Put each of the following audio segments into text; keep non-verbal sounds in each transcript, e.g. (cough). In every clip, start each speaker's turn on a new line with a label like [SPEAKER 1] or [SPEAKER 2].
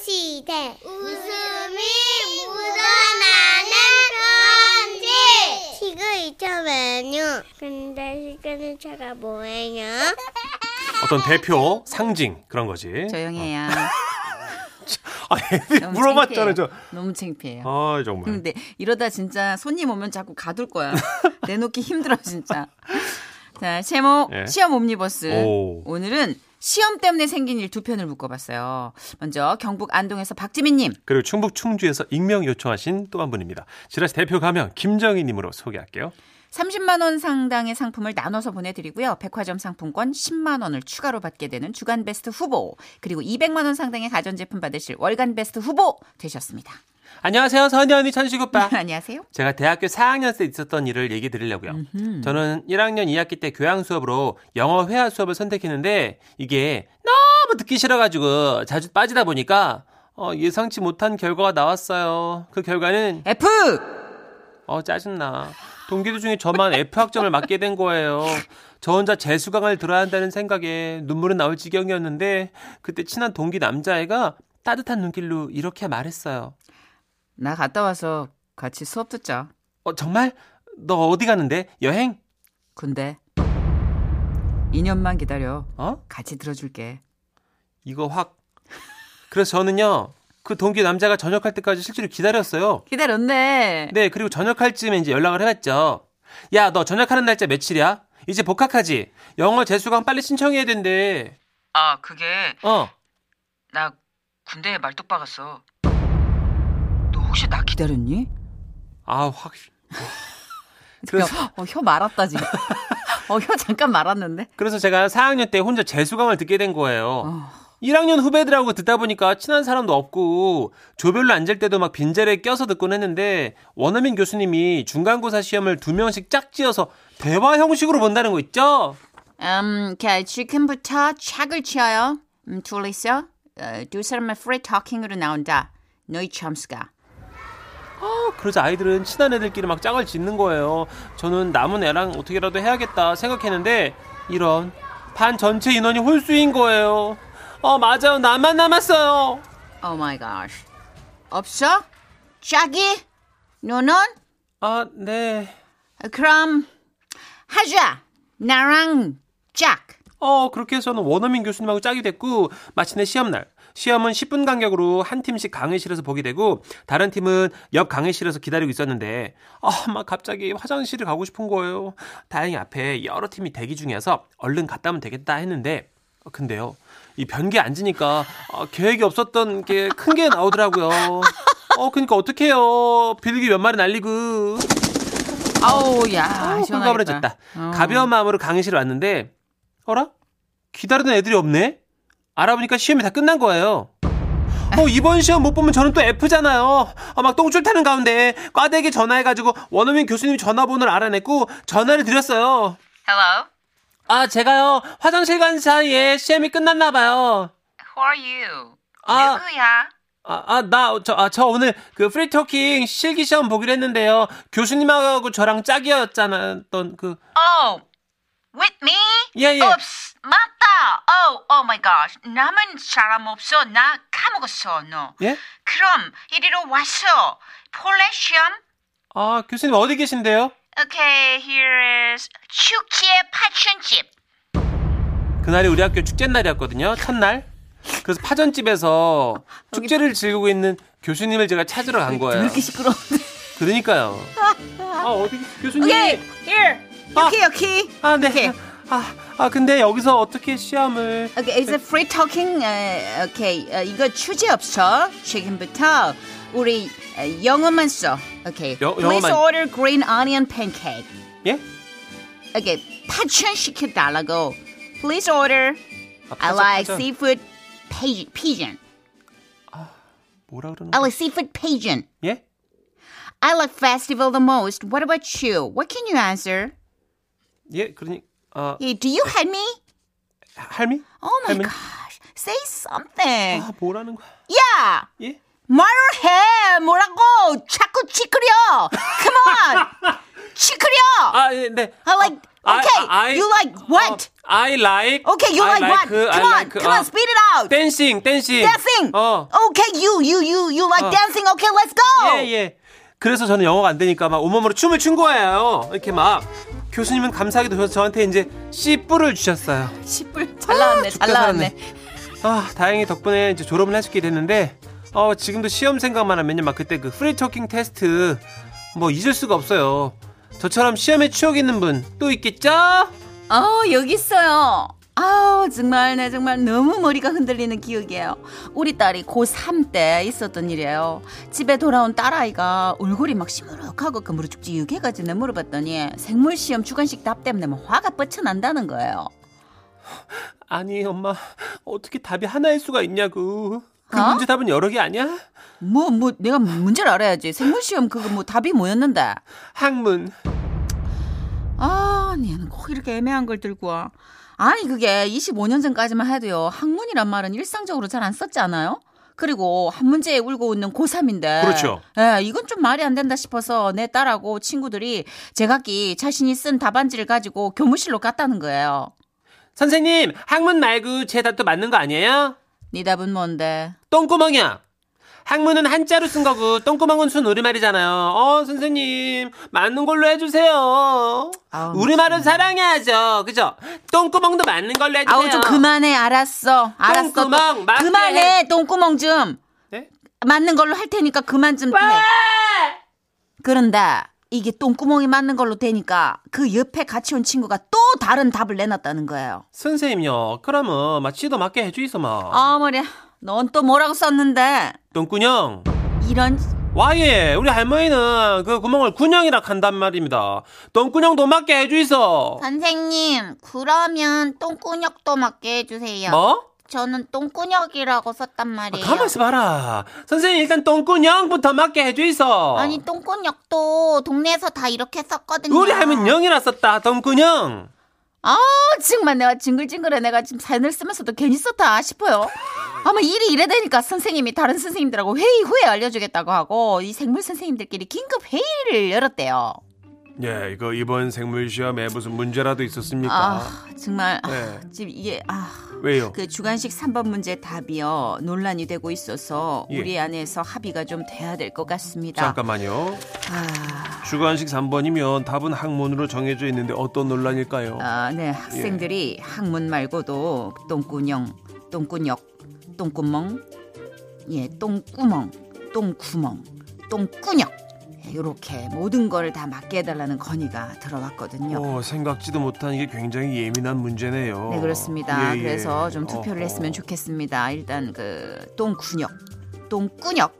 [SPEAKER 1] 시대 웃음이 묻어나는 편지 시그니처 메뉴 근데 시그니처가 뭐예요?
[SPEAKER 2] 어떤 대표 상징 그런 거지. (laughs)
[SPEAKER 3] 조용히 해야.
[SPEAKER 2] 아, 애들이
[SPEAKER 3] 너무
[SPEAKER 2] 어. (laughs) 물어봤잖아요. 저.
[SPEAKER 3] 창피해요. 음, 네. 너무 창피해요.
[SPEAKER 2] 아, 정말.
[SPEAKER 3] 근데 이러다 진짜 손님 오면 자꾸 가둘
[SPEAKER 2] (laughs)
[SPEAKER 3] 거야. 내놓기 힘들어 진짜. 자, 제목
[SPEAKER 2] 예.
[SPEAKER 3] 시험 옴니버스.
[SPEAKER 2] 오.
[SPEAKER 3] 오늘은 시험 때문에 생긴 일 두 편을 묶어봤어요. 먼저 경북 안동에서 박지민님.
[SPEAKER 2] 그리고 충북 충주에서 익명 요청하신 또 한 분입니다. 지라시 대표 가명 김정희님으로 소개할게요.
[SPEAKER 3] 30만 원 상당의 상품을 나눠서 보내드리고요. 백화점 상품권 10만 원을 추가로 받게 되는 주간 베스트 후보 그리고 200만 원 상당의 가전제품 받으실 월간 베스트 후보 되셨습니다.
[SPEAKER 2] 안녕하세요, 선희 언니 천식
[SPEAKER 3] (laughs)
[SPEAKER 2] 오빠.
[SPEAKER 3] 안녕하세요.
[SPEAKER 2] 제가 대학교 4학년 때 있었던 일을 얘기 드리려고요. 저는 1학년 2학기 때 교양 수업으로 영어 회화 수업을 선택했는데 이게 너무 듣기 싫어가지고 자주 빠지다 보니까 어, 예상치 못한 결과가 나왔어요. 그 결과는
[SPEAKER 3] F
[SPEAKER 2] 어 짜증나. 동기들 중에 저만 F 학점을 맞게 된 거예요. 저 혼자 재수강을 들어야 한다는 생각에 눈물은 나올 지경이었는데 그때 친한 동기 남자애가 따뜻한 눈길로 이렇게 말했어요.
[SPEAKER 3] 나 갔다 와서 같이 수업 듣자.
[SPEAKER 2] 어 정말? 너 어디 가는데? 여행?
[SPEAKER 3] 근데 2년만 기다려.
[SPEAKER 2] 어?
[SPEAKER 3] 같이 들어줄게.
[SPEAKER 2] 이거 확. 그래서 저는요. 그 동기 남자가 전역할 때까지 실제로 기다렸어요.
[SPEAKER 3] 기다렸네.
[SPEAKER 2] 네, 그리고 전역할 쯤에 이제 연락을 해봤죠. 야, 너 전역하는 날짜 며칠이야? 이제 복학하지? 영어 재수강 빨리 신청해야 된대.
[SPEAKER 3] 아 그게
[SPEAKER 2] 어.
[SPEAKER 3] 나 군대에 말뚝 박았어. 너 혹시 나 기다렸니?
[SPEAKER 2] 아, 확.
[SPEAKER 3] 그래서
[SPEAKER 2] 그래서-
[SPEAKER 3] 어혀 말았다 (laughs) 지금. 어혀 잠깐 말았는데.
[SPEAKER 2] 그래서 제가 4학년 때 혼자 재수강을 듣게 된 거예요.
[SPEAKER 3] 어.
[SPEAKER 2] 1학년 후배들하고 듣다 보니까 친한 사람도 없고 조별로 앉을 때도 막 빈자리에 껴서 듣곤 했는데 원어민 교수님이 중간고사 시험을 두 명씩 짝지어서 대화 형식으로 본다는 거 있죠?
[SPEAKER 3] 음, 자, 지금부터 책을 치어요. 음, 둘이서 어, 두 사람의 프리 토킹으로 나온다. 너희 점수가.
[SPEAKER 2] 어, 그러자 아이들은 친한 애들끼리 막 짝을 짓는 거예요. 저는 남은 애랑 어떻게라도 해야겠다 생각했는데 이런 반 전체 인원이 홀수인 거예요. 어 맞아요 나만 남았어요.
[SPEAKER 3] 오 마이 갓. Oh 없어? 자기? 너는?
[SPEAKER 2] 아 네.
[SPEAKER 3] 그럼 하자. 나랑 짝.
[SPEAKER 2] 어, 그렇게 해서 저는 원어민 교수님하고 짝이 됐고, 마침내 시험날. 시험은 10분 간격으로 한 팀씩 강의실에서 보게 되고, 다른 팀은 옆 강의실에서 기다리고 있었는데, 아, 막 갑자기 화장실을 가고 싶은 거예요. 다행히 앞에 여러 팀이 대기 중이어서 얼른 갔다 오면 되겠다 했는데, 어, 근데요, 이 변기에 앉으니까 어, 계획이 없었던 게 큰 게 나오더라고요. 어, 그니까 어떡해요. 비둘기 몇 마리 날리고.
[SPEAKER 3] 아우 야.
[SPEAKER 2] 아우,
[SPEAKER 3] 시원하겠다.
[SPEAKER 2] 홀가분해졌다.
[SPEAKER 3] 어.
[SPEAKER 2] 가벼운 마음으로 강의실 왔는데, 어라? 기다리던 애들이 없네? 알아보니까 시험이 다 끝난 거예요. 어, 이번 시험 못 보면 저는 또 F잖아요. 아, 막 똥줄 타는 가운데 과대에게 전화해가지고 원어민 교수님 전화번호를 알아냈고 전화를 드렸어요.
[SPEAKER 3] Hello.
[SPEAKER 2] 아, 제가요, 화장실 간 사이에 시험이 끝났나봐요.
[SPEAKER 3] Who are you?
[SPEAKER 2] 아.
[SPEAKER 3] 누구야?
[SPEAKER 2] 아, 아, 나, 저, 아, 저 오늘 그 프리토킹 실기 시험 보기로 했는데요. 교수님하고 저랑 짝이었잖아, 던 그,
[SPEAKER 3] Oh. With me?
[SPEAKER 2] 예, 예.
[SPEAKER 3] Oops. 맞다. Oh, oh my gosh. 남은 사람 없어. 나 까먹었어. 너.
[SPEAKER 2] 예?
[SPEAKER 3] 그럼 이리로 왔어. 폴레 시험?
[SPEAKER 2] 아, 교수님 어디 계신데요?
[SPEAKER 3] Okay, here is 축제 파춘집.
[SPEAKER 2] 그날이 우리 학교 축제 날이었거든요. 첫날. 그래서
[SPEAKER 3] (laughs)
[SPEAKER 2] 파전집에서 축제를 즐기고 있는 교수님을 제가 찾으러 간 거예요.
[SPEAKER 3] 시끄러운데.
[SPEAKER 2] 그러니까요. 아 어디 교수님?
[SPEAKER 3] Okay, here.
[SPEAKER 2] 아.
[SPEAKER 3] 여기 여기.
[SPEAKER 2] 아
[SPEAKER 3] 오케이.
[SPEAKER 2] 네. 아, 아 근데 여기서 어떻게 시험을?
[SPEAKER 3] Okay, it's a free talking. 어, okay, 어, 이거 주제 없어. 지금부터 우리 어, 영어만 써. Okay.
[SPEAKER 2] 여-
[SPEAKER 3] Please
[SPEAKER 2] 영어만-
[SPEAKER 3] order green onion pancake.
[SPEAKER 2] 예?
[SPEAKER 3] Okay, 파천 시켜 달라고. Please order.
[SPEAKER 2] 아,
[SPEAKER 3] I
[SPEAKER 2] 파전,
[SPEAKER 3] like
[SPEAKER 2] 파전.
[SPEAKER 3] seafood pa- pigeon.
[SPEAKER 2] 뭐라 그러는
[SPEAKER 3] I
[SPEAKER 2] 거?
[SPEAKER 3] like seafood pigeon.
[SPEAKER 2] 예?
[SPEAKER 3] I like festival the most. What about you? What can you answer?
[SPEAKER 2] 예? 그러니 아
[SPEAKER 3] Hey, do you hate me?
[SPEAKER 2] 할미?
[SPEAKER 3] Oh my
[SPEAKER 2] 할머니?
[SPEAKER 3] gosh. Say something.
[SPEAKER 2] 아 뭐라는 거야?
[SPEAKER 3] Yeah.
[SPEAKER 2] 예? (laughs)
[SPEAKER 3] 말을 해. 뭐라고 자꾸 찌그려. Come on. 시크려.
[SPEAKER 2] 아, 예, 네.
[SPEAKER 3] I like.
[SPEAKER 2] Uh, I-
[SPEAKER 3] Okay.
[SPEAKER 2] I-
[SPEAKER 3] you like what?
[SPEAKER 2] 어, I like.
[SPEAKER 3] okay. You
[SPEAKER 2] I
[SPEAKER 3] like,
[SPEAKER 2] I
[SPEAKER 3] what? come on.
[SPEAKER 2] like,
[SPEAKER 3] come
[SPEAKER 2] 어,
[SPEAKER 3] on. Speed it out.
[SPEAKER 2] dancing, dancing. Oh. Uh.
[SPEAKER 3] dancing.
[SPEAKER 2] 어.
[SPEAKER 3] Okay. You you you you like
[SPEAKER 2] 어.
[SPEAKER 3] dancing. Okay. Let's go.
[SPEAKER 2] 예, 예. 그래서 저는 영어가 안 되니까 막 온몸으로 춤을 춘 거예요. 이렇게 막. 교수님은 감사하게도 저한테 이제 씨뿔을 주셨어요.
[SPEAKER 3] 시뿔 잘 나왔네. 잘
[SPEAKER 2] 죽다
[SPEAKER 3] 나왔네.
[SPEAKER 2] 아, 다행히 덕분에 이제 졸업을 할 수 있게 됐는데, 어, 지금도 시험 생각만 하면요. 막 그때 그 프리토킹 테스트, 뭐 잊을 수가 없어요. 저처럼 시험에 추억 있는 분 또 있겠죠?
[SPEAKER 3] 어, 여기 있어요. 아우, 정말, 내 정말 너무 머리가 흔들리는 기억이에요. 우리 딸이 고3 때 있었던 일이에요. 집에 돌아온 딸아이가 얼굴이 막 시무룩하고 그무릎 쭉쭉해가지고 내가 물어봤더니 생물 시험 주관식 답 때문에 막 화가 뻗쳐난다는 거예요.
[SPEAKER 2] 아니, 엄마, 어떻게 답이 하나일 수가 있냐고. 그
[SPEAKER 3] 어?
[SPEAKER 2] 문제 답은 여러 개 아니야?
[SPEAKER 3] 뭐, 뭐, 내가 문제를 알아야지. 생물 시험 그거 뭐 답이 뭐였는데.
[SPEAKER 2] 학문.
[SPEAKER 3] 아, 얘는 꼭 이렇게 애매한 걸 들고 와. 아니, 그게 25년 전까지만 해도요. 학문이란 말은 일상적으로 잘 안 썼지 않아요? 그리고 한 문제에 울고 웃는 고3인데.
[SPEAKER 2] 그렇죠.
[SPEAKER 3] 예, 이건 좀 말이 안 된다 싶어서 내 딸하고 친구들이 제각기 자신이 쓴 답안지를 가지고 교무실로 갔다는 거예요.
[SPEAKER 2] 선생님, 학문 말고 제 답도 맞는 거 아니에요?
[SPEAKER 3] 네 답은 뭔데?
[SPEAKER 2] 똥구멍이야. 학문은 한자로 쓴 거고 똥구멍은 순 우리말이잖아요. 어 선생님 맞는 걸로 해주세요.
[SPEAKER 3] 아우,
[SPEAKER 2] 우리말은 사랑해야죠. 그죠? 똥구멍도 맞는 걸로 해주세요.
[SPEAKER 3] 아우, 좀 그만해. 알았어. 알았어.
[SPEAKER 2] 똥구멍 맞게
[SPEAKER 3] 그만해. 똥구멍 좀.
[SPEAKER 2] 네?
[SPEAKER 3] 맞는 걸로 할 테니까 그만 좀 해. 그런데 이게 똥구멍이 맞는 걸로 되니까 그 옆에 같이 온 친구가 또 다른 답을 내놨다는 거예요.
[SPEAKER 2] 선생님요. 그러면 마치도 맞게 해주이소 마.
[SPEAKER 3] 아 머리야. 넌 또 뭐라고 썼는데?
[SPEAKER 2] 똥꾸녕.
[SPEAKER 3] 이런
[SPEAKER 2] 와예 우리 할머니는 그 구멍을 군형이라 한단 말입니다. 똥꾸녕도 맞게 해주이소.
[SPEAKER 4] 선생님, 그러면 똥꾸녕도 맞게 해주세요.
[SPEAKER 2] 뭐?
[SPEAKER 4] 저는 똥꾸녕이라고 썼단
[SPEAKER 2] 아,
[SPEAKER 4] 말이에요.
[SPEAKER 3] 네.
[SPEAKER 2] 가만 있어봐라. 선생님 일단 똥꾸녕부터 맞게 해주이소.
[SPEAKER 4] 아니, 똥꾸녕도 동네에서 다 이렇게 썼거든요.
[SPEAKER 2] 우리 할머니 영이라 썼다. 똥꾸녕.
[SPEAKER 3] 아 정말 내가 징글징글해 내가 지금 사연을 쓰면서도 괜히 썼다 싶어요. 아마 일이 이래 되니까 선생님이 다른 선생님들하고 회의 후에 알려주겠다고 하고 이 생물 선생님들끼리 긴급 회의를 열었대요.
[SPEAKER 2] 예, 이거 이번 생물 시험에 무슨 문제라도 있었습니까?
[SPEAKER 3] 아 정말 아,
[SPEAKER 2] 그러니까. 네.
[SPEAKER 3] 지금 이게 아
[SPEAKER 2] 왜요?
[SPEAKER 3] 그 주관식 3번 문제 답이요 논란이 되고 있어서
[SPEAKER 2] 예.
[SPEAKER 3] 우리 안에서 합의가 좀 돼야 될 것 같습니다.
[SPEAKER 2] 잠깐만요.
[SPEAKER 3] 아,
[SPEAKER 2] 주관식 3번이면 답은 학문으로 정해져 있는데 어떤 예. 논란일까요?
[SPEAKER 3] 아, 네 학생들이 학문 말고도 똥꾸녕, 똥꾸역, 똥구멍, 예 똥구멍, 똥구멍, 똥꾸역 이렇게 모든 걸 다 맞게 해달라는 건의가 들어왔거든요.
[SPEAKER 2] 어, 생각지도 못한 이게 굉장히 예민한 문제네요.
[SPEAKER 3] 네 그렇습니다.
[SPEAKER 2] 어. 예, 예.
[SPEAKER 3] 그래서 좀 투표를
[SPEAKER 2] 어허.
[SPEAKER 3] 했으면 좋겠습니다. 일단 그 똥구녕, 똥꾸역,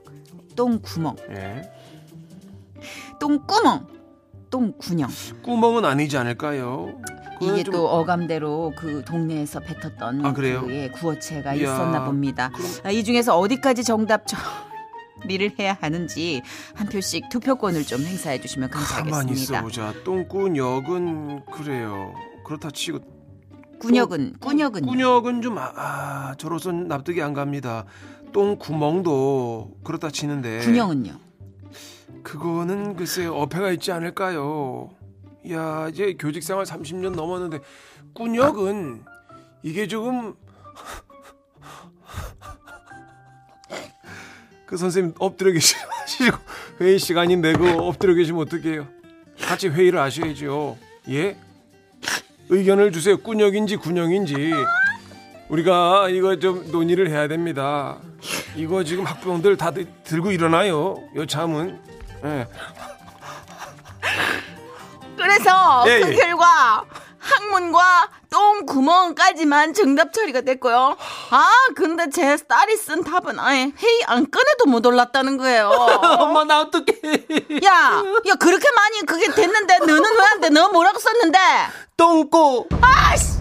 [SPEAKER 3] 똥구멍,
[SPEAKER 2] 예.
[SPEAKER 3] 똥구멍, 똥구녕.
[SPEAKER 2] 구멍은 아니지 않을까요? 그건
[SPEAKER 3] 이게
[SPEAKER 2] 좀-
[SPEAKER 3] 또 어감대로 그 동네에서 뱉었던
[SPEAKER 2] 아, 그래요?
[SPEAKER 3] 그, 예, 구어체가
[SPEAKER 2] 이야.
[SPEAKER 3] 있었나 봅니다. 아, 이 중에서 어디까지 정답 (laughs) 처리를 해야 하는지 한 표씩 투표권을 좀 행사해 주시면
[SPEAKER 2] 가만히
[SPEAKER 3] 감사하겠습니다.
[SPEAKER 2] 있어보자. 똥꾸역은 그래요. 그렇다 치고
[SPEAKER 3] 꾸역은
[SPEAKER 2] 어,
[SPEAKER 3] 꾸역은
[SPEAKER 2] 꾸역은 좀 아, 아, 저로선 납득이 안 갑니다. 똥구멍도 그렇다 치는데
[SPEAKER 3] 군영은요.
[SPEAKER 2] 그거는 글쎄 어폐가 있지 않을까요? 야 이제 교직 생활 30년 넘었는데 꾸역은 이게 조금 (laughs) 그 선생님 엎드려 (laughs) 계시고 회의 시간이 되고 엎드려 계시면 어떡해요? 같이 회의를 하셔야죠. 예? 의견을 주세요. 꾸역인지 군영인지 우리가 이거 좀 논의를 해야 됩니다. 이거 지금 학부형들 다 들- 들고 일어나요. 요 잠은. 예.
[SPEAKER 5] 그래서
[SPEAKER 2] 예,
[SPEAKER 5] 그
[SPEAKER 2] 예.
[SPEAKER 5] 결과 항문과 똥구멍까지만 정답 처리가 됐고요. 아 근데 제 딸이 쓴 답은 아예 회의 안 꺼내도 못 올랐다는
[SPEAKER 2] (laughs)
[SPEAKER 5] 거예요.
[SPEAKER 2] 엄마 나 어떡해.
[SPEAKER 5] 야, 야 그렇게 많이 그게 됐는데 너는 왜 안 돼? 너 뭐라고 썼는데?
[SPEAKER 2] 똥꼬. 아씨.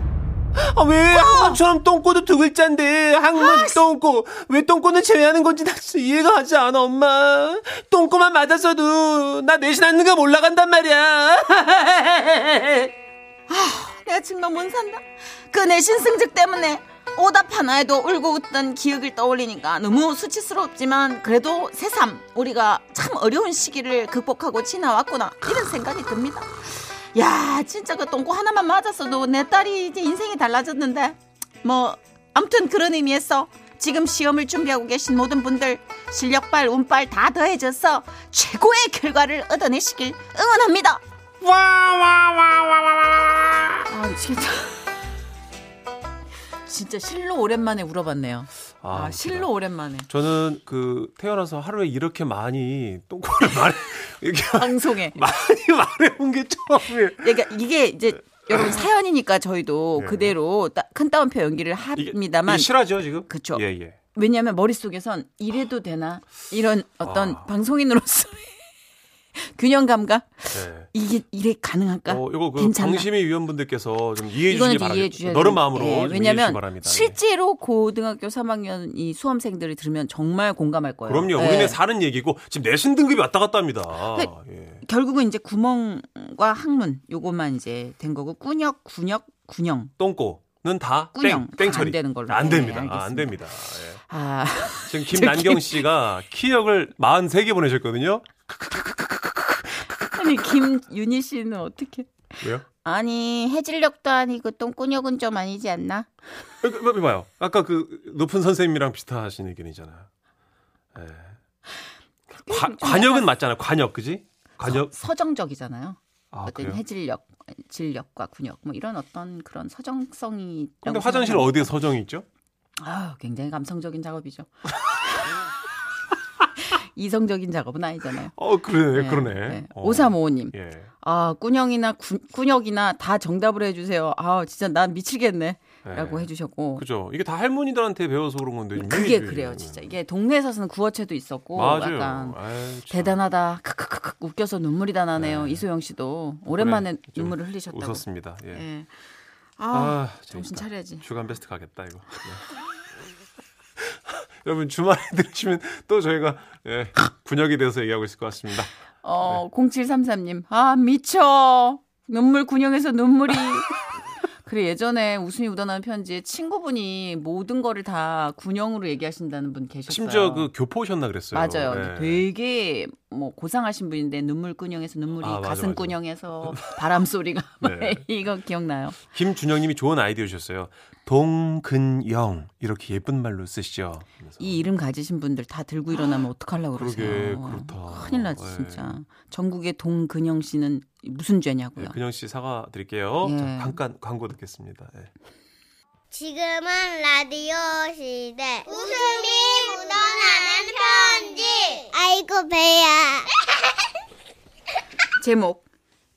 [SPEAKER 2] 아, 왜 한문처럼 똥꼬도 두 글자인데 한문 똥꼬 왜 똥꼬는 제외하는 건지 나 진짜 이해가 가지 않아 엄마 똥꼬만 맞았어도 나 내신 하는 거 올라간단 말이야 (laughs)
[SPEAKER 5] 내가 정말 못 산다. 그 내신 성적 때문에 오답 하나에도 울고 웃던 기억을 떠올리니까 너무 수치스럽지만 그래도 새삼 우리가 참 어려운 시기를 극복하고 지나왔구나 이런 생각이 듭니다. 야 진짜 그 똥꼬 하나만 맞았어도 내 딸이 이제 인생이 달라졌는데 뭐 아무튼 그런 의미에서 지금 시험을 준비하고 계신 모든 분들 실력발 운빨 다 더해져서 최고의 결과를 얻어내시길 응원합니다.
[SPEAKER 3] 아 미치겠다. (laughs) 진짜 실로 오랜만에 울어봤네요. 아,
[SPEAKER 2] 아,
[SPEAKER 3] 실로 오랜만에
[SPEAKER 2] 저는 그 태어나서 하루에 이렇게 많이 똥꼬를 (laughs) 말해 이렇게
[SPEAKER 3] 방송에.
[SPEAKER 2] (laughs) 많이 말해본 게 처음이에요.
[SPEAKER 3] 그러니까 이게 이제
[SPEAKER 2] 아.
[SPEAKER 3] 여러분 사연이니까 저희도
[SPEAKER 2] 예.
[SPEAKER 3] 그대로 따- 큰 따옴표 연기를
[SPEAKER 2] 이게-
[SPEAKER 3] 합니다만
[SPEAKER 2] 이게 실화죠 지금?
[SPEAKER 3] 그쵸.
[SPEAKER 2] 예 예.
[SPEAKER 3] 왜냐하면 머릿속에선 이래도 되나 이런 어떤
[SPEAKER 2] 아.
[SPEAKER 3] 방송인으로서 (laughs) 의 균형감각
[SPEAKER 2] 예.
[SPEAKER 3] 이게 이래 가능할까?
[SPEAKER 2] 어, 이거 그
[SPEAKER 3] 그러니까 괜찮나?
[SPEAKER 2] 방심위 위원분들께서 좀 이해해
[SPEAKER 3] 이거는
[SPEAKER 2] 주시기
[SPEAKER 3] 좀 이해해 주셔야
[SPEAKER 2] 바랍니다. 너른
[SPEAKER 3] 돼요.
[SPEAKER 2] 마음으로
[SPEAKER 3] 예,
[SPEAKER 2] 좀 이해해 주시기
[SPEAKER 3] 왜냐면
[SPEAKER 2] 바랍니다. 예.
[SPEAKER 3] 실제로 고등학교 3학년 이 수험생들이 들으면 정말 공감할 거예요.
[SPEAKER 2] 그럼요.
[SPEAKER 3] 예.
[SPEAKER 2] 우리네 사는 얘기고 지금 내신 등급이 왔다 갔다 합니다.
[SPEAKER 3] 그
[SPEAKER 2] 예.
[SPEAKER 3] 결국은 이제 구멍과 항문 요것만 이제 된 거고 꾸역 군역 군영
[SPEAKER 2] 똥꼬는 다 땡,
[SPEAKER 3] 꾸녕. 아, 다안
[SPEAKER 2] 땡처리.
[SPEAKER 3] 되는 걸로.
[SPEAKER 2] 안
[SPEAKER 3] 네,
[SPEAKER 2] 됩니다.
[SPEAKER 3] 알겠습니다.
[SPEAKER 2] 아, 안 됩니다. 예.
[SPEAKER 3] 아 (laughs)
[SPEAKER 2] 지금 김난경 씨가 키역을 43개 보내셨거든요.
[SPEAKER 3] 아니 김윤희 씨는 어떻게
[SPEAKER 2] 왜요?
[SPEAKER 4] 아니 해질녘도 아니고 똥꾸녕은 좀 아니지 않나?
[SPEAKER 2] 어, 그, 그, 봐요. 아까 그 높은 선생님이랑 비슷하신 의견이잖아요. 예. 과, 관역은 맞잖아요. 관역, 그지? 관역.
[SPEAKER 3] 서정적이잖아요.
[SPEAKER 2] 아,
[SPEAKER 3] 어떤
[SPEAKER 2] 그래요?
[SPEAKER 3] 해질력, 진력과 군역 뭐 이런 어떤 그런 서정성이.
[SPEAKER 2] 근데 화장실 어디에 서정이 있죠?
[SPEAKER 3] 아 굉장히 감성적인 작업이죠. (laughs) 이성적인 작업은 아니잖아요.
[SPEAKER 2] 어, 그러네,
[SPEAKER 3] 네,
[SPEAKER 2] 그러네.
[SPEAKER 3] 네.
[SPEAKER 2] 어.
[SPEAKER 3] 오삼오오님,
[SPEAKER 2] 예.
[SPEAKER 3] 아 꾸녕이나 군, 군역이나 다 정답을 해주세요. 아 진짜 난 미치겠네라고
[SPEAKER 2] 예.
[SPEAKER 3] 해주셨고.
[SPEAKER 2] 그죠. 이게 다 할머니들한테 배워서 음, 그런 건데. 좀
[SPEAKER 3] 그게
[SPEAKER 2] 유일해요,
[SPEAKER 3] 그래요,
[SPEAKER 2] 이거는.
[SPEAKER 3] 진짜 이게 동네에서는 구어체도 있었고
[SPEAKER 2] 맞아요.
[SPEAKER 3] 약간
[SPEAKER 2] 아유, 참.
[SPEAKER 3] 대단하다. 크크크크 웃겨서 눈물이 다 나네요.
[SPEAKER 2] 네.
[SPEAKER 3] 이소영 씨도 오랜만에
[SPEAKER 2] 그래, 좀
[SPEAKER 3] 눈물을 흘리셨다고.
[SPEAKER 2] 웃었습니다. 예.
[SPEAKER 3] 예. 아,
[SPEAKER 2] 아,
[SPEAKER 3] 정신
[SPEAKER 2] 재밌다.
[SPEAKER 3] 차려야지.
[SPEAKER 2] 주간 베스트 가겠다 이거. 네. (laughs) 여러분 주말에 들으시면 또 저희가 예, 분역이 돼서 얘기하고 있을 것 같습니다.
[SPEAKER 3] 어, 0733님. 아, 미쳐. 눈물
[SPEAKER 2] (laughs)
[SPEAKER 3] 군영에서 눈물이. 그래 예전에 웃음이 묻어나는 편지에 친구분이 모든 거를 다 군영으로 얘기하신다는 분 계셨어요.
[SPEAKER 2] 심지어 그 교포 오셨나 그랬어요.
[SPEAKER 3] 맞아요.
[SPEAKER 2] 예.
[SPEAKER 3] 근데 되게 뭐 고상하신 분인데 눈물 군영에서 눈물이
[SPEAKER 2] 아, 맞아,
[SPEAKER 3] 가슴
[SPEAKER 2] 맞아.
[SPEAKER 3] 군영에서 (laughs) 바람 소리가
[SPEAKER 2] 네.
[SPEAKER 3] (laughs) 이거 기억나요.
[SPEAKER 2] 김준영님이 좋은 아이디어 주셨어요. 동근영 이렇게 예쁜 말로 쓰시죠. 그래서.
[SPEAKER 3] 이 이름 가지신 분들 다 들고 일어나면 어떡하려고
[SPEAKER 2] 그러게,
[SPEAKER 3] 그러세요.
[SPEAKER 2] 그렇다.
[SPEAKER 3] 큰일 나지
[SPEAKER 2] 예.
[SPEAKER 3] 진짜. 전국의 동근영 씨는 무슨 죄냐고요.
[SPEAKER 2] 예, 근영 씨 사과 드릴게요.
[SPEAKER 3] 예.
[SPEAKER 2] 잠깐 광고 듣겠습니다. 예.
[SPEAKER 1] 지금은 라디오 시대. 웃음이 묻어나는 편지. 아이고, 배야.
[SPEAKER 2] 그-
[SPEAKER 3] 제목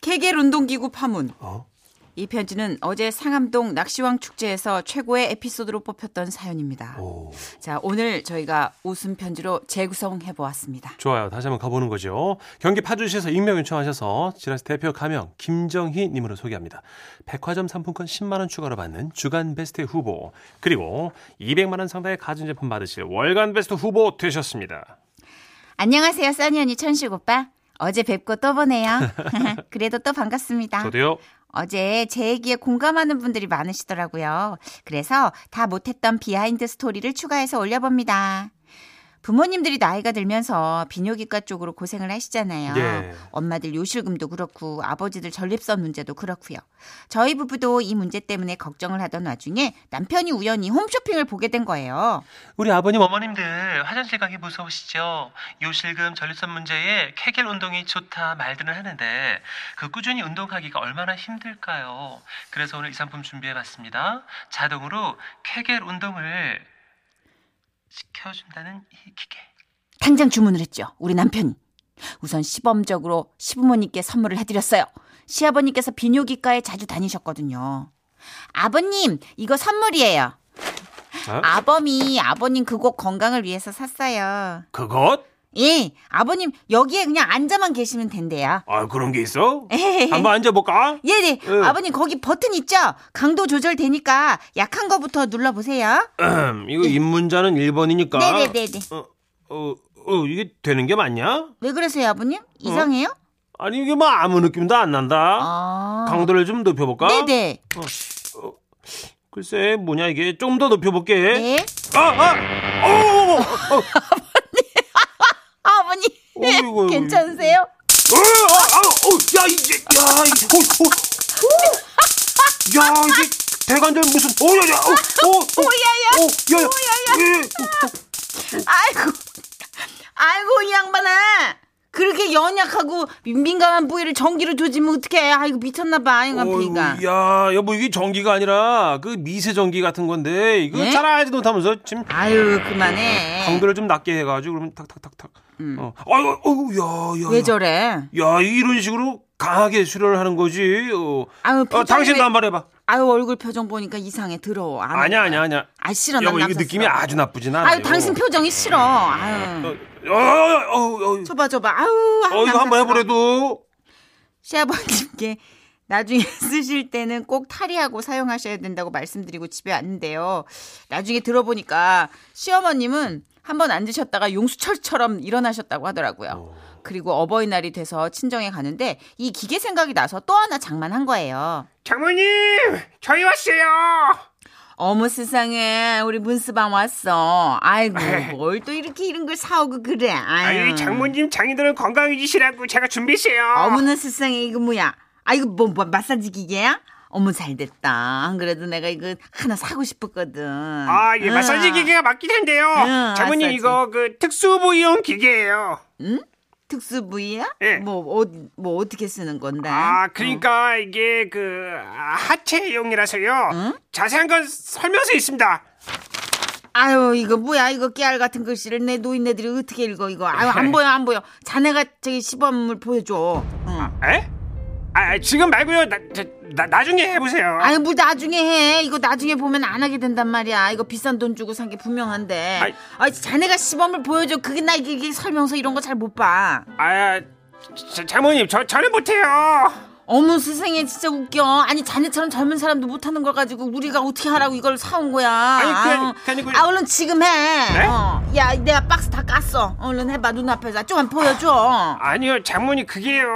[SPEAKER 3] 케겔 운동기구 파문
[SPEAKER 2] 어?
[SPEAKER 3] 이 편지는 어제 상암동 낚시왕 축제에서 최고의 에피소드로 뽑혔던 사연입니다.
[SPEAKER 2] 오.
[SPEAKER 3] 자 오늘 저희가 웃음 편지로 재구성해 보았습니다.
[SPEAKER 2] 좋아요. 다시 한번 가보는 거죠. 경기 파주시에서 익명 요청하셔서 지라스 대표 가명 김정희님으로 소개합니다. 백화점 상품권 10만 원 추가로 받는 주간 베스트 후보 그리고 200만 원 상당의 가전제품 받으실 월간 베스트 후보 되셨습니다.
[SPEAKER 4] 안녕하세요 써니 언니 천식 오빠. 어제 뵙고 또
[SPEAKER 2] (laughs)
[SPEAKER 4] 보네요. (laughs) 그래도 또
[SPEAKER 3] 아.
[SPEAKER 4] 반갑습니다.
[SPEAKER 2] 저도요.
[SPEAKER 4] 어제 제 얘기에 공감하는 분들이 많으시더라고요. 그래서 다 못했던 비하인드 스토리를 추가해서 올려봅니다. 부모님들이 나이가 들면서 비뇨기과 쪽으로 고생을 하시잖아요.
[SPEAKER 2] 예.
[SPEAKER 4] 엄마들 요실금도 그렇고 아버지들 전립선 문제도 그렇고요. 저희 부부도 이 문제 때문에 걱정을 하던 와중에 남편이 우연히 홈쇼핑을 보게 된 거예요.
[SPEAKER 2] 우리 아버님 어머님
[SPEAKER 6] 어머님들 화장실 가기 무서우시죠? 요실금 전립선 문제에 케겔 운동이 좋다 말들은 하는데 그 꾸준히 운동하기가 얼마나 힘들까요? 그래서 오늘 이 상품 준비해봤습니다. 자동으로 케겔 운동을 시켜준다는 이 기계.
[SPEAKER 3] 당장 주문을 했죠. 우리 남편이 우선 시범적으로 시부모님께 선물을 해드렸어요. 시아버님께서 비뇨기과에 자주 다니셨거든요.
[SPEAKER 4] 아버님, 이거 선물이에요.
[SPEAKER 2] 어?
[SPEAKER 4] 아범이 아버님 그곳 건강을 위해서 샀어요.
[SPEAKER 2] 그것?
[SPEAKER 4] 예, 아버님 여기에 그냥 앉아만 계시면 된대요.
[SPEAKER 2] 아 그런 게 있어? 한번 앉아볼까? (clears throat)
[SPEAKER 4] (laughs) 예, 네.
[SPEAKER 2] 응.
[SPEAKER 4] 아버님 거기 버튼 있죠? 강도 조절되니까 약한 거부터 눌러보세요.
[SPEAKER 2] 이거 입문자는 1번이니까.
[SPEAKER 4] 네네네네.
[SPEAKER 2] 어, 어, 어, 이게 되는 게 맞냐?
[SPEAKER 4] 왜 그러세요, 아버님? 이상해요?
[SPEAKER 2] 아니 이게 뭐 아무 느낌도 안 난다.
[SPEAKER 4] 아, 네.
[SPEAKER 2] 강도를 좀 높여볼까?
[SPEAKER 4] 네네.
[SPEAKER 2] 글쎄 뭐냐 이게 좀 더 높여볼게.
[SPEAKER 3] 네.
[SPEAKER 2] 아, 아, 오, 어, 어,
[SPEAKER 3] 아버님
[SPEAKER 2] 어이구, 어이구.
[SPEAKER 3] 괜찮으세요?
[SPEAKER 2] 어, 아, 어, 야, 이게, 야, 이게, 오, 오, 오. 야, 이게 대관절 무슨, 오, 야, 어, 야, 오, 오, 오,
[SPEAKER 3] 오야야.
[SPEAKER 2] 오, 어, 야, 야, 예, 예, 오, 오.
[SPEAKER 3] 아이고.
[SPEAKER 7] 아이고 이 양반아 그렇게 연약하고 민감한 부위를 전기로 조지면 어떡해 아이고 미쳤나봐 이거
[SPEAKER 2] 어이구,
[SPEAKER 7] 비가
[SPEAKER 2] 야, 여보 이게 전기가 아니라 그 미세전기 같은 건데 이거
[SPEAKER 7] 네?
[SPEAKER 2] 잘 알지 못하면서 지금
[SPEAKER 7] 아유 그만해
[SPEAKER 2] 강도를 좀 낮게 해가지고 그러면 탁탁탁탁. 어, 아이고, 어이구, 야, 야,
[SPEAKER 7] 음. 왜
[SPEAKER 2] 야.
[SPEAKER 7] 저래
[SPEAKER 2] 야, 이런 식으로 강하게 수련을 하는 거지. 어,
[SPEAKER 7] 아유,
[SPEAKER 2] 어
[SPEAKER 7] 표정이
[SPEAKER 2] 당신도
[SPEAKER 7] 왜-
[SPEAKER 2] 한 번 해봐.
[SPEAKER 7] 아유 얼굴 표정 보니까 이상해 더러워 안
[SPEAKER 2] 아니야, 아니야, 아니야.
[SPEAKER 7] 아 싫어 난
[SPEAKER 2] 여보 이거
[SPEAKER 7] 남자
[SPEAKER 2] 느낌이
[SPEAKER 7] 싫어.
[SPEAKER 2] 아주 나쁘진 않아요.
[SPEAKER 7] 아유 당신 표정이 싫어 아유
[SPEAKER 2] 어, 어, 어, 어,
[SPEAKER 7] 줘봐 줘봐 아유
[SPEAKER 2] 어, 이거 한번 해보래도.
[SPEAKER 3] 시아버님께 나중에 (laughs) 쓰실 때는 꼭 탈의하고 사용하셔야 된다고 말씀드리고 집에 왔는데요. 나중에 들어보니까 시어머님은 한번 앉으셨다가 용수철처럼 일어나셨다고 하더라고요. 그리고 어버이날이 돼서 친정에 가는데 이 기계 생각이 나서 또 하나 장만한 거예요.
[SPEAKER 2] 장모님, 저희 왔어요.
[SPEAKER 3] 어머 세상에 우리 문스방 왔어. 아이고 (laughs) 뭘 또 이렇게 이런 걸 사오고 그래. 아유
[SPEAKER 2] 장모님 장인들은 건강해지시라고 제가 준비했어요.
[SPEAKER 3] 어머나 세상에 이거 뭐야? 아 이거 뭐, 뭐 마사지 기계야? 어머 잘 됐다. 안 그래도 내가 이거 하나 사고 싶었거든.
[SPEAKER 2] 아, 예, 마사지
[SPEAKER 3] 응.
[SPEAKER 2] 기계가 맞긴 한데요.
[SPEAKER 3] 응,
[SPEAKER 2] 장모님
[SPEAKER 3] 음. 마사지.
[SPEAKER 2] 이거 그 특수 보이용 기계예요.
[SPEAKER 3] 특수 부위야?
[SPEAKER 2] 예.
[SPEAKER 3] 뭐, 어, 뭐 어떻게 쓰는 건데?
[SPEAKER 2] 아, 그러니까 이게 그 아, 하체용이라서요.
[SPEAKER 3] 음?
[SPEAKER 2] 자세한 건 설명서에 있습니다.
[SPEAKER 3] 아유 이거 뭐야 이거 깨알 같은 글씨를 내 노인네들이 어떻게 읽어 이거? 아유
[SPEAKER 2] (laughs)
[SPEAKER 3] 안 보여 안 보여. 자네가 저기 시범을 보여줘. 응.
[SPEAKER 2] 에? 아, 지금 말고요. 나, 저, 나 나중에 해보세요.
[SPEAKER 3] 아유 뭐 나중에 해. 이거 나중에 보면 안 하게 된단 말이야. 이거 비싼 돈 주고 산 게 분명한데.
[SPEAKER 2] 아이.
[SPEAKER 3] 아 자네가 시범을 보여줘. 그게 나 이게 이게 설명서 이런 거 잘 못 봐.
[SPEAKER 2] 아, 자, 장모님 저 저는 못해요.
[SPEAKER 3] 어머 세상에 진짜 웃겨. 아니 자네처럼 젊은 사람도 못하는 걸 가지고 우리가 어떻게 하라고 이걸 사온 거야.
[SPEAKER 2] 그게 아니-
[SPEAKER 3] 아유.
[SPEAKER 2] 그게 아니고요.
[SPEAKER 3] 아 얼른 지금 해.
[SPEAKER 2] 네?
[SPEAKER 3] 어. 야 내가 박스 다 깠어. 얼른 해봐 눈앞에서 좀만 보여줘.
[SPEAKER 2] 아니요, 장모님 그게요.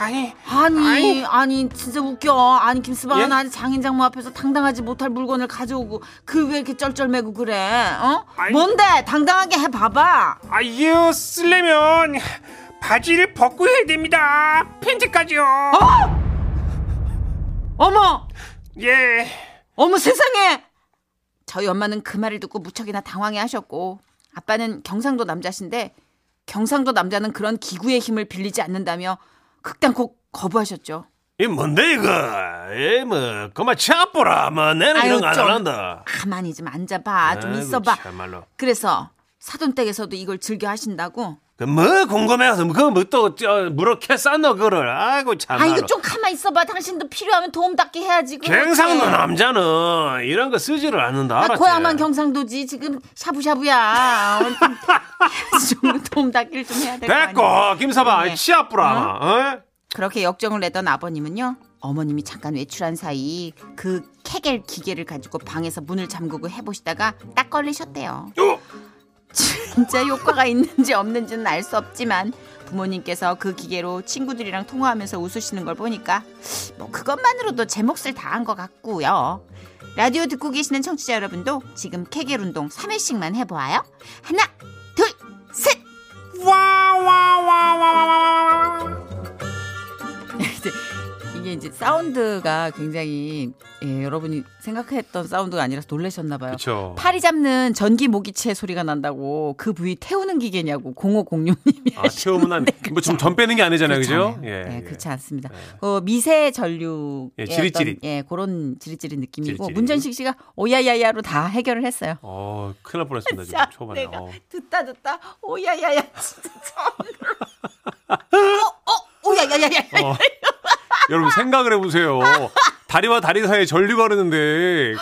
[SPEAKER 2] 아니,
[SPEAKER 3] 아니 아니 진짜 웃겨. 아니 김수방
[SPEAKER 2] 예?
[SPEAKER 3] 은 아니 장인장모 앞에서 당당하지 못할 물건을 가져오고 그 왜 이렇게 쩔쩔매고 그래? 어?
[SPEAKER 2] 아니.
[SPEAKER 3] 뭔데 당당하게 해봐봐.
[SPEAKER 2] 아 이게요 쓰려면 바지를 벗고 해야 됩니다. 팬티까지요.
[SPEAKER 3] 어? 어머
[SPEAKER 2] 예.
[SPEAKER 3] 어머 세상에 저희 엄마는 그 말을 듣고 무척이나 당황해 하셨고 아빠는 경상도 남자신데 경상도 남자는 그런 기구의 힘을 빌리지 않는다며 극단코 거부하셨죠.
[SPEAKER 2] 이 뭔데 이거? 이뭐 그만 치아보라. 뭐 내는
[SPEAKER 3] 아유,
[SPEAKER 2] 이런 거
[SPEAKER 3] 좀.
[SPEAKER 2] 안 한다.
[SPEAKER 3] 가만히 좀 앉아봐 좀
[SPEAKER 2] 아이고,
[SPEAKER 3] 있어봐.
[SPEAKER 2] 참말로.
[SPEAKER 3] 그래서 사돈댁에서도 이걸 즐겨 하신다고.
[SPEAKER 2] 그 뭐 궁금해서 그뭐또 물어캐 싸너 그를. 아이고
[SPEAKER 3] 아
[SPEAKER 2] 참말로.
[SPEAKER 3] 이거 좀 가만히 있어봐. 당신도 필요하면 도움 닫게 해야지. 그거.
[SPEAKER 2] 경상도 남자는 이런 거 쓰지를 않는다.
[SPEAKER 3] 그렇죠. 아,
[SPEAKER 2] 알았지?
[SPEAKER 3] 고향만 경상도지 지금 샤브샤브야. (laughs) 어, 좀 도움 닫기를 좀 해야 될 거 아니야.
[SPEAKER 2] 됐고 김사바
[SPEAKER 3] 네.
[SPEAKER 2] 치아뿌라. 어?
[SPEAKER 3] 그렇게 역정을 내던 아버님은요. 어머님이 잠깐 외출한 사이 그 케겔 기계를 가지고 방에서 문을 잠그고 해보시다가 딱 걸리셨대요.
[SPEAKER 2] 어?
[SPEAKER 3] 진짜 효과가 있는지 없는지는 알 수 없지만 부모님께서 그 기계로 친구들이랑 통화하면서 웃으시는 걸 보니까 뭐 그것만으로도 제 몫을 다 한 것 같고요. 라디오 듣고 계시는 청취자 여러분도 지금 케겔 운동 3회씩만 해보아요. 하나, 둘, 셋!
[SPEAKER 2] 와와와와와와와.
[SPEAKER 7] (laughs) 이게 이제 사운드가 굉장히 예, 여러분이 생각했던 사운드가 아니라 서 놀라셨나 봐요.
[SPEAKER 2] 그렇죠.
[SPEAKER 7] 파리 어. 잡는 전기 모기채 소리가 난다고 그 부위 태우는 기계냐고 0506님이
[SPEAKER 2] 아, 체험은 안, 뭐 지금 전 빼는 게 아니잖아요, 그죠? 예.
[SPEAKER 7] 네,
[SPEAKER 2] 예.
[SPEAKER 7] 그렇지 않습니다. 어, 미세 전류
[SPEAKER 2] 예, 지릿지릿.
[SPEAKER 7] 예, 그런 지릿지릿 느낌이고
[SPEAKER 2] 지릿지릿.
[SPEAKER 7] 문전식 씨가 오야야야로 다 해결을 했어요.
[SPEAKER 2] 어, 큰일 날 뻔했습니다, 지금 초반에. 어.
[SPEAKER 7] 듣다 듣다 오야야야 진짜 처음 (laughs) 어, 어, 오야야야야. (laughs)
[SPEAKER 2] 어. 여러분 생각을 해보세요. 다리와 다리 사이에 전류가 흐르는데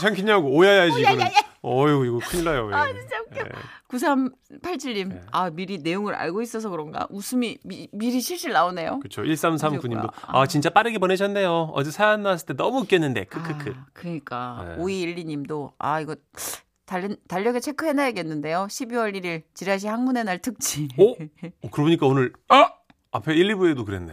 [SPEAKER 2] 괜찮겠냐고 오야야지. 이거는. 어유 이거 큰일 나요. 예. 아 진짜 웃겨.
[SPEAKER 7] 9387님.
[SPEAKER 2] 네.
[SPEAKER 7] 아, 미리 내용을 알고 있어서 그런가? 웃음이 미, 미리 실실 나오네요.
[SPEAKER 2] 그렇죠. 1339님도 아 진짜 빠르게 보내셨네요. 어제 사연 나왔을 때 너무 웃겼는데
[SPEAKER 3] (laughs)
[SPEAKER 2] 크크크.
[SPEAKER 7] 아, 그러니까
[SPEAKER 2] 네.
[SPEAKER 7] 5212님도 아, 이거 달려, 달력에 체크해 놔야겠는데요. 12월 1일 지라시 항문의 날 특집.
[SPEAKER 2] 어, 그러니까 오? 어, 그러고 보니까 오늘 아 앞에 1, 2부에도 그랬네.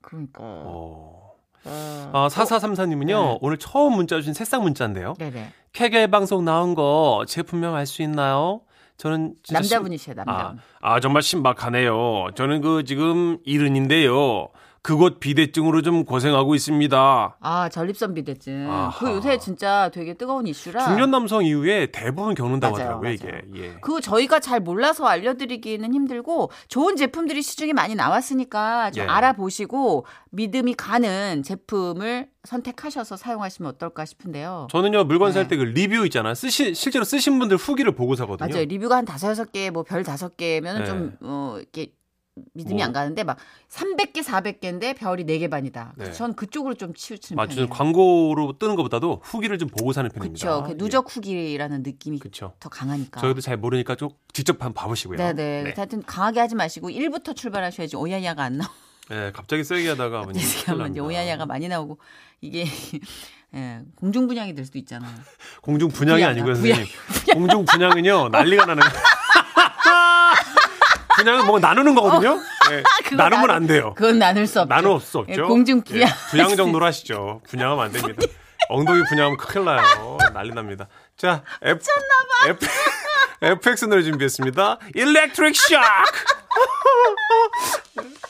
[SPEAKER 7] 그러니까.
[SPEAKER 2] 어. 아, 4434님은요,
[SPEAKER 3] 어? 네.
[SPEAKER 2] 오늘 처음 문자 주신 새싹 문자인데요.
[SPEAKER 3] 네네. 제
[SPEAKER 2] 케 방송 나온 거 제품명 알 수 있나요? 저는 진짜 신-
[SPEAKER 3] 남자분이셔 남자.
[SPEAKER 2] 아, 아, 정말 신박하네요. 저는 그 지금 이른인데요. 그곳 비대증으로 좀 고생하고 있습니다.
[SPEAKER 3] 아 전립선 비대증.
[SPEAKER 2] 아하.
[SPEAKER 3] 그 요새 진짜 되게 뜨거운 이슈라.
[SPEAKER 2] 중년 남성 이후에 대부분 겪는다고
[SPEAKER 3] 아. 맞아요,
[SPEAKER 2] 하더라고요,
[SPEAKER 3] 맞아요.
[SPEAKER 2] 이게. 예.
[SPEAKER 3] 그 저희가 잘 몰라서 알려드리기는 힘들고 좋은 제품들이 시중에 많이 나왔으니까 좀
[SPEAKER 2] 예.
[SPEAKER 3] 알아보시고 믿음이 가는 제품을 선택하셔서 사용하시면 어떨까 싶은데요.
[SPEAKER 2] 저는요, 물건
[SPEAKER 3] 네.
[SPEAKER 2] 살 때 그 리뷰 있잖아요. 쓰신, 실제로 쓰신 분들 후기를 보고 사거든요.
[SPEAKER 3] 맞아요. 리뷰가 한 다섯 여섯 개, 뭐 별 다섯 개면
[SPEAKER 2] 네.
[SPEAKER 3] 은좀 어, 이렇게 믿음이
[SPEAKER 2] 뭐.
[SPEAKER 3] 안 가는데 막 300개, 400개인데 별이 네 개 반이다.
[SPEAKER 2] 네.
[SPEAKER 3] 전 그쪽으로 좀 치우치는
[SPEAKER 2] 맞죠. 아, 저는
[SPEAKER 3] 편이에요.
[SPEAKER 2] 광고로 뜨는 것보다도 후기를 좀 보고 사는 편입니다.
[SPEAKER 3] 그렇죠. 그 누적 후기라는 느낌이
[SPEAKER 2] 예. 그렇죠.
[SPEAKER 3] 더 강하니까.
[SPEAKER 2] 저희도 잘 모르니까 좀 직접 한번 봐보시고요.
[SPEAKER 3] 네네. 하여튼 강하게 하지 마시고 1부터 출발하셔야지 오야야가 안 나오고
[SPEAKER 2] 예, 갑자기 세게 하다가
[SPEAKER 3] (laughs)
[SPEAKER 2] 아버님. 큰일
[SPEAKER 3] 하면 이제
[SPEAKER 2] 납니다.
[SPEAKER 3] 오야야가 많이 나오고 이게 (laughs) 예, 공중 분양이 될 수도 있잖아요.
[SPEAKER 2] 공중 분양이
[SPEAKER 3] 분양,
[SPEAKER 2] 아니고요,
[SPEAKER 3] 아,
[SPEAKER 2] 선생님. 공중 분양은요, 난리가 나는
[SPEAKER 3] (laughs)
[SPEAKER 2] 거예요. 분양은 뭔가 나누는 거거든요. 예,
[SPEAKER 3] 어. (laughs) 그거
[SPEAKER 2] 나누면
[SPEAKER 3] 나누-
[SPEAKER 2] 안 돼요.
[SPEAKER 3] 그건 나눌 수 없죠.
[SPEAKER 2] 나누 없수
[SPEAKER 3] 예,
[SPEAKER 2] 없죠.
[SPEAKER 3] 공중 분양.
[SPEAKER 2] 예,
[SPEAKER 3] (laughs)
[SPEAKER 2] 분양 정도로 하시죠. 분양하면 안 됩니다. 엉덩이 분양하면 큰일 나요. 난리 납니다. 자, F, F, (laughs) FX 노래 준비했습니다. 일렉트릭 쇼크!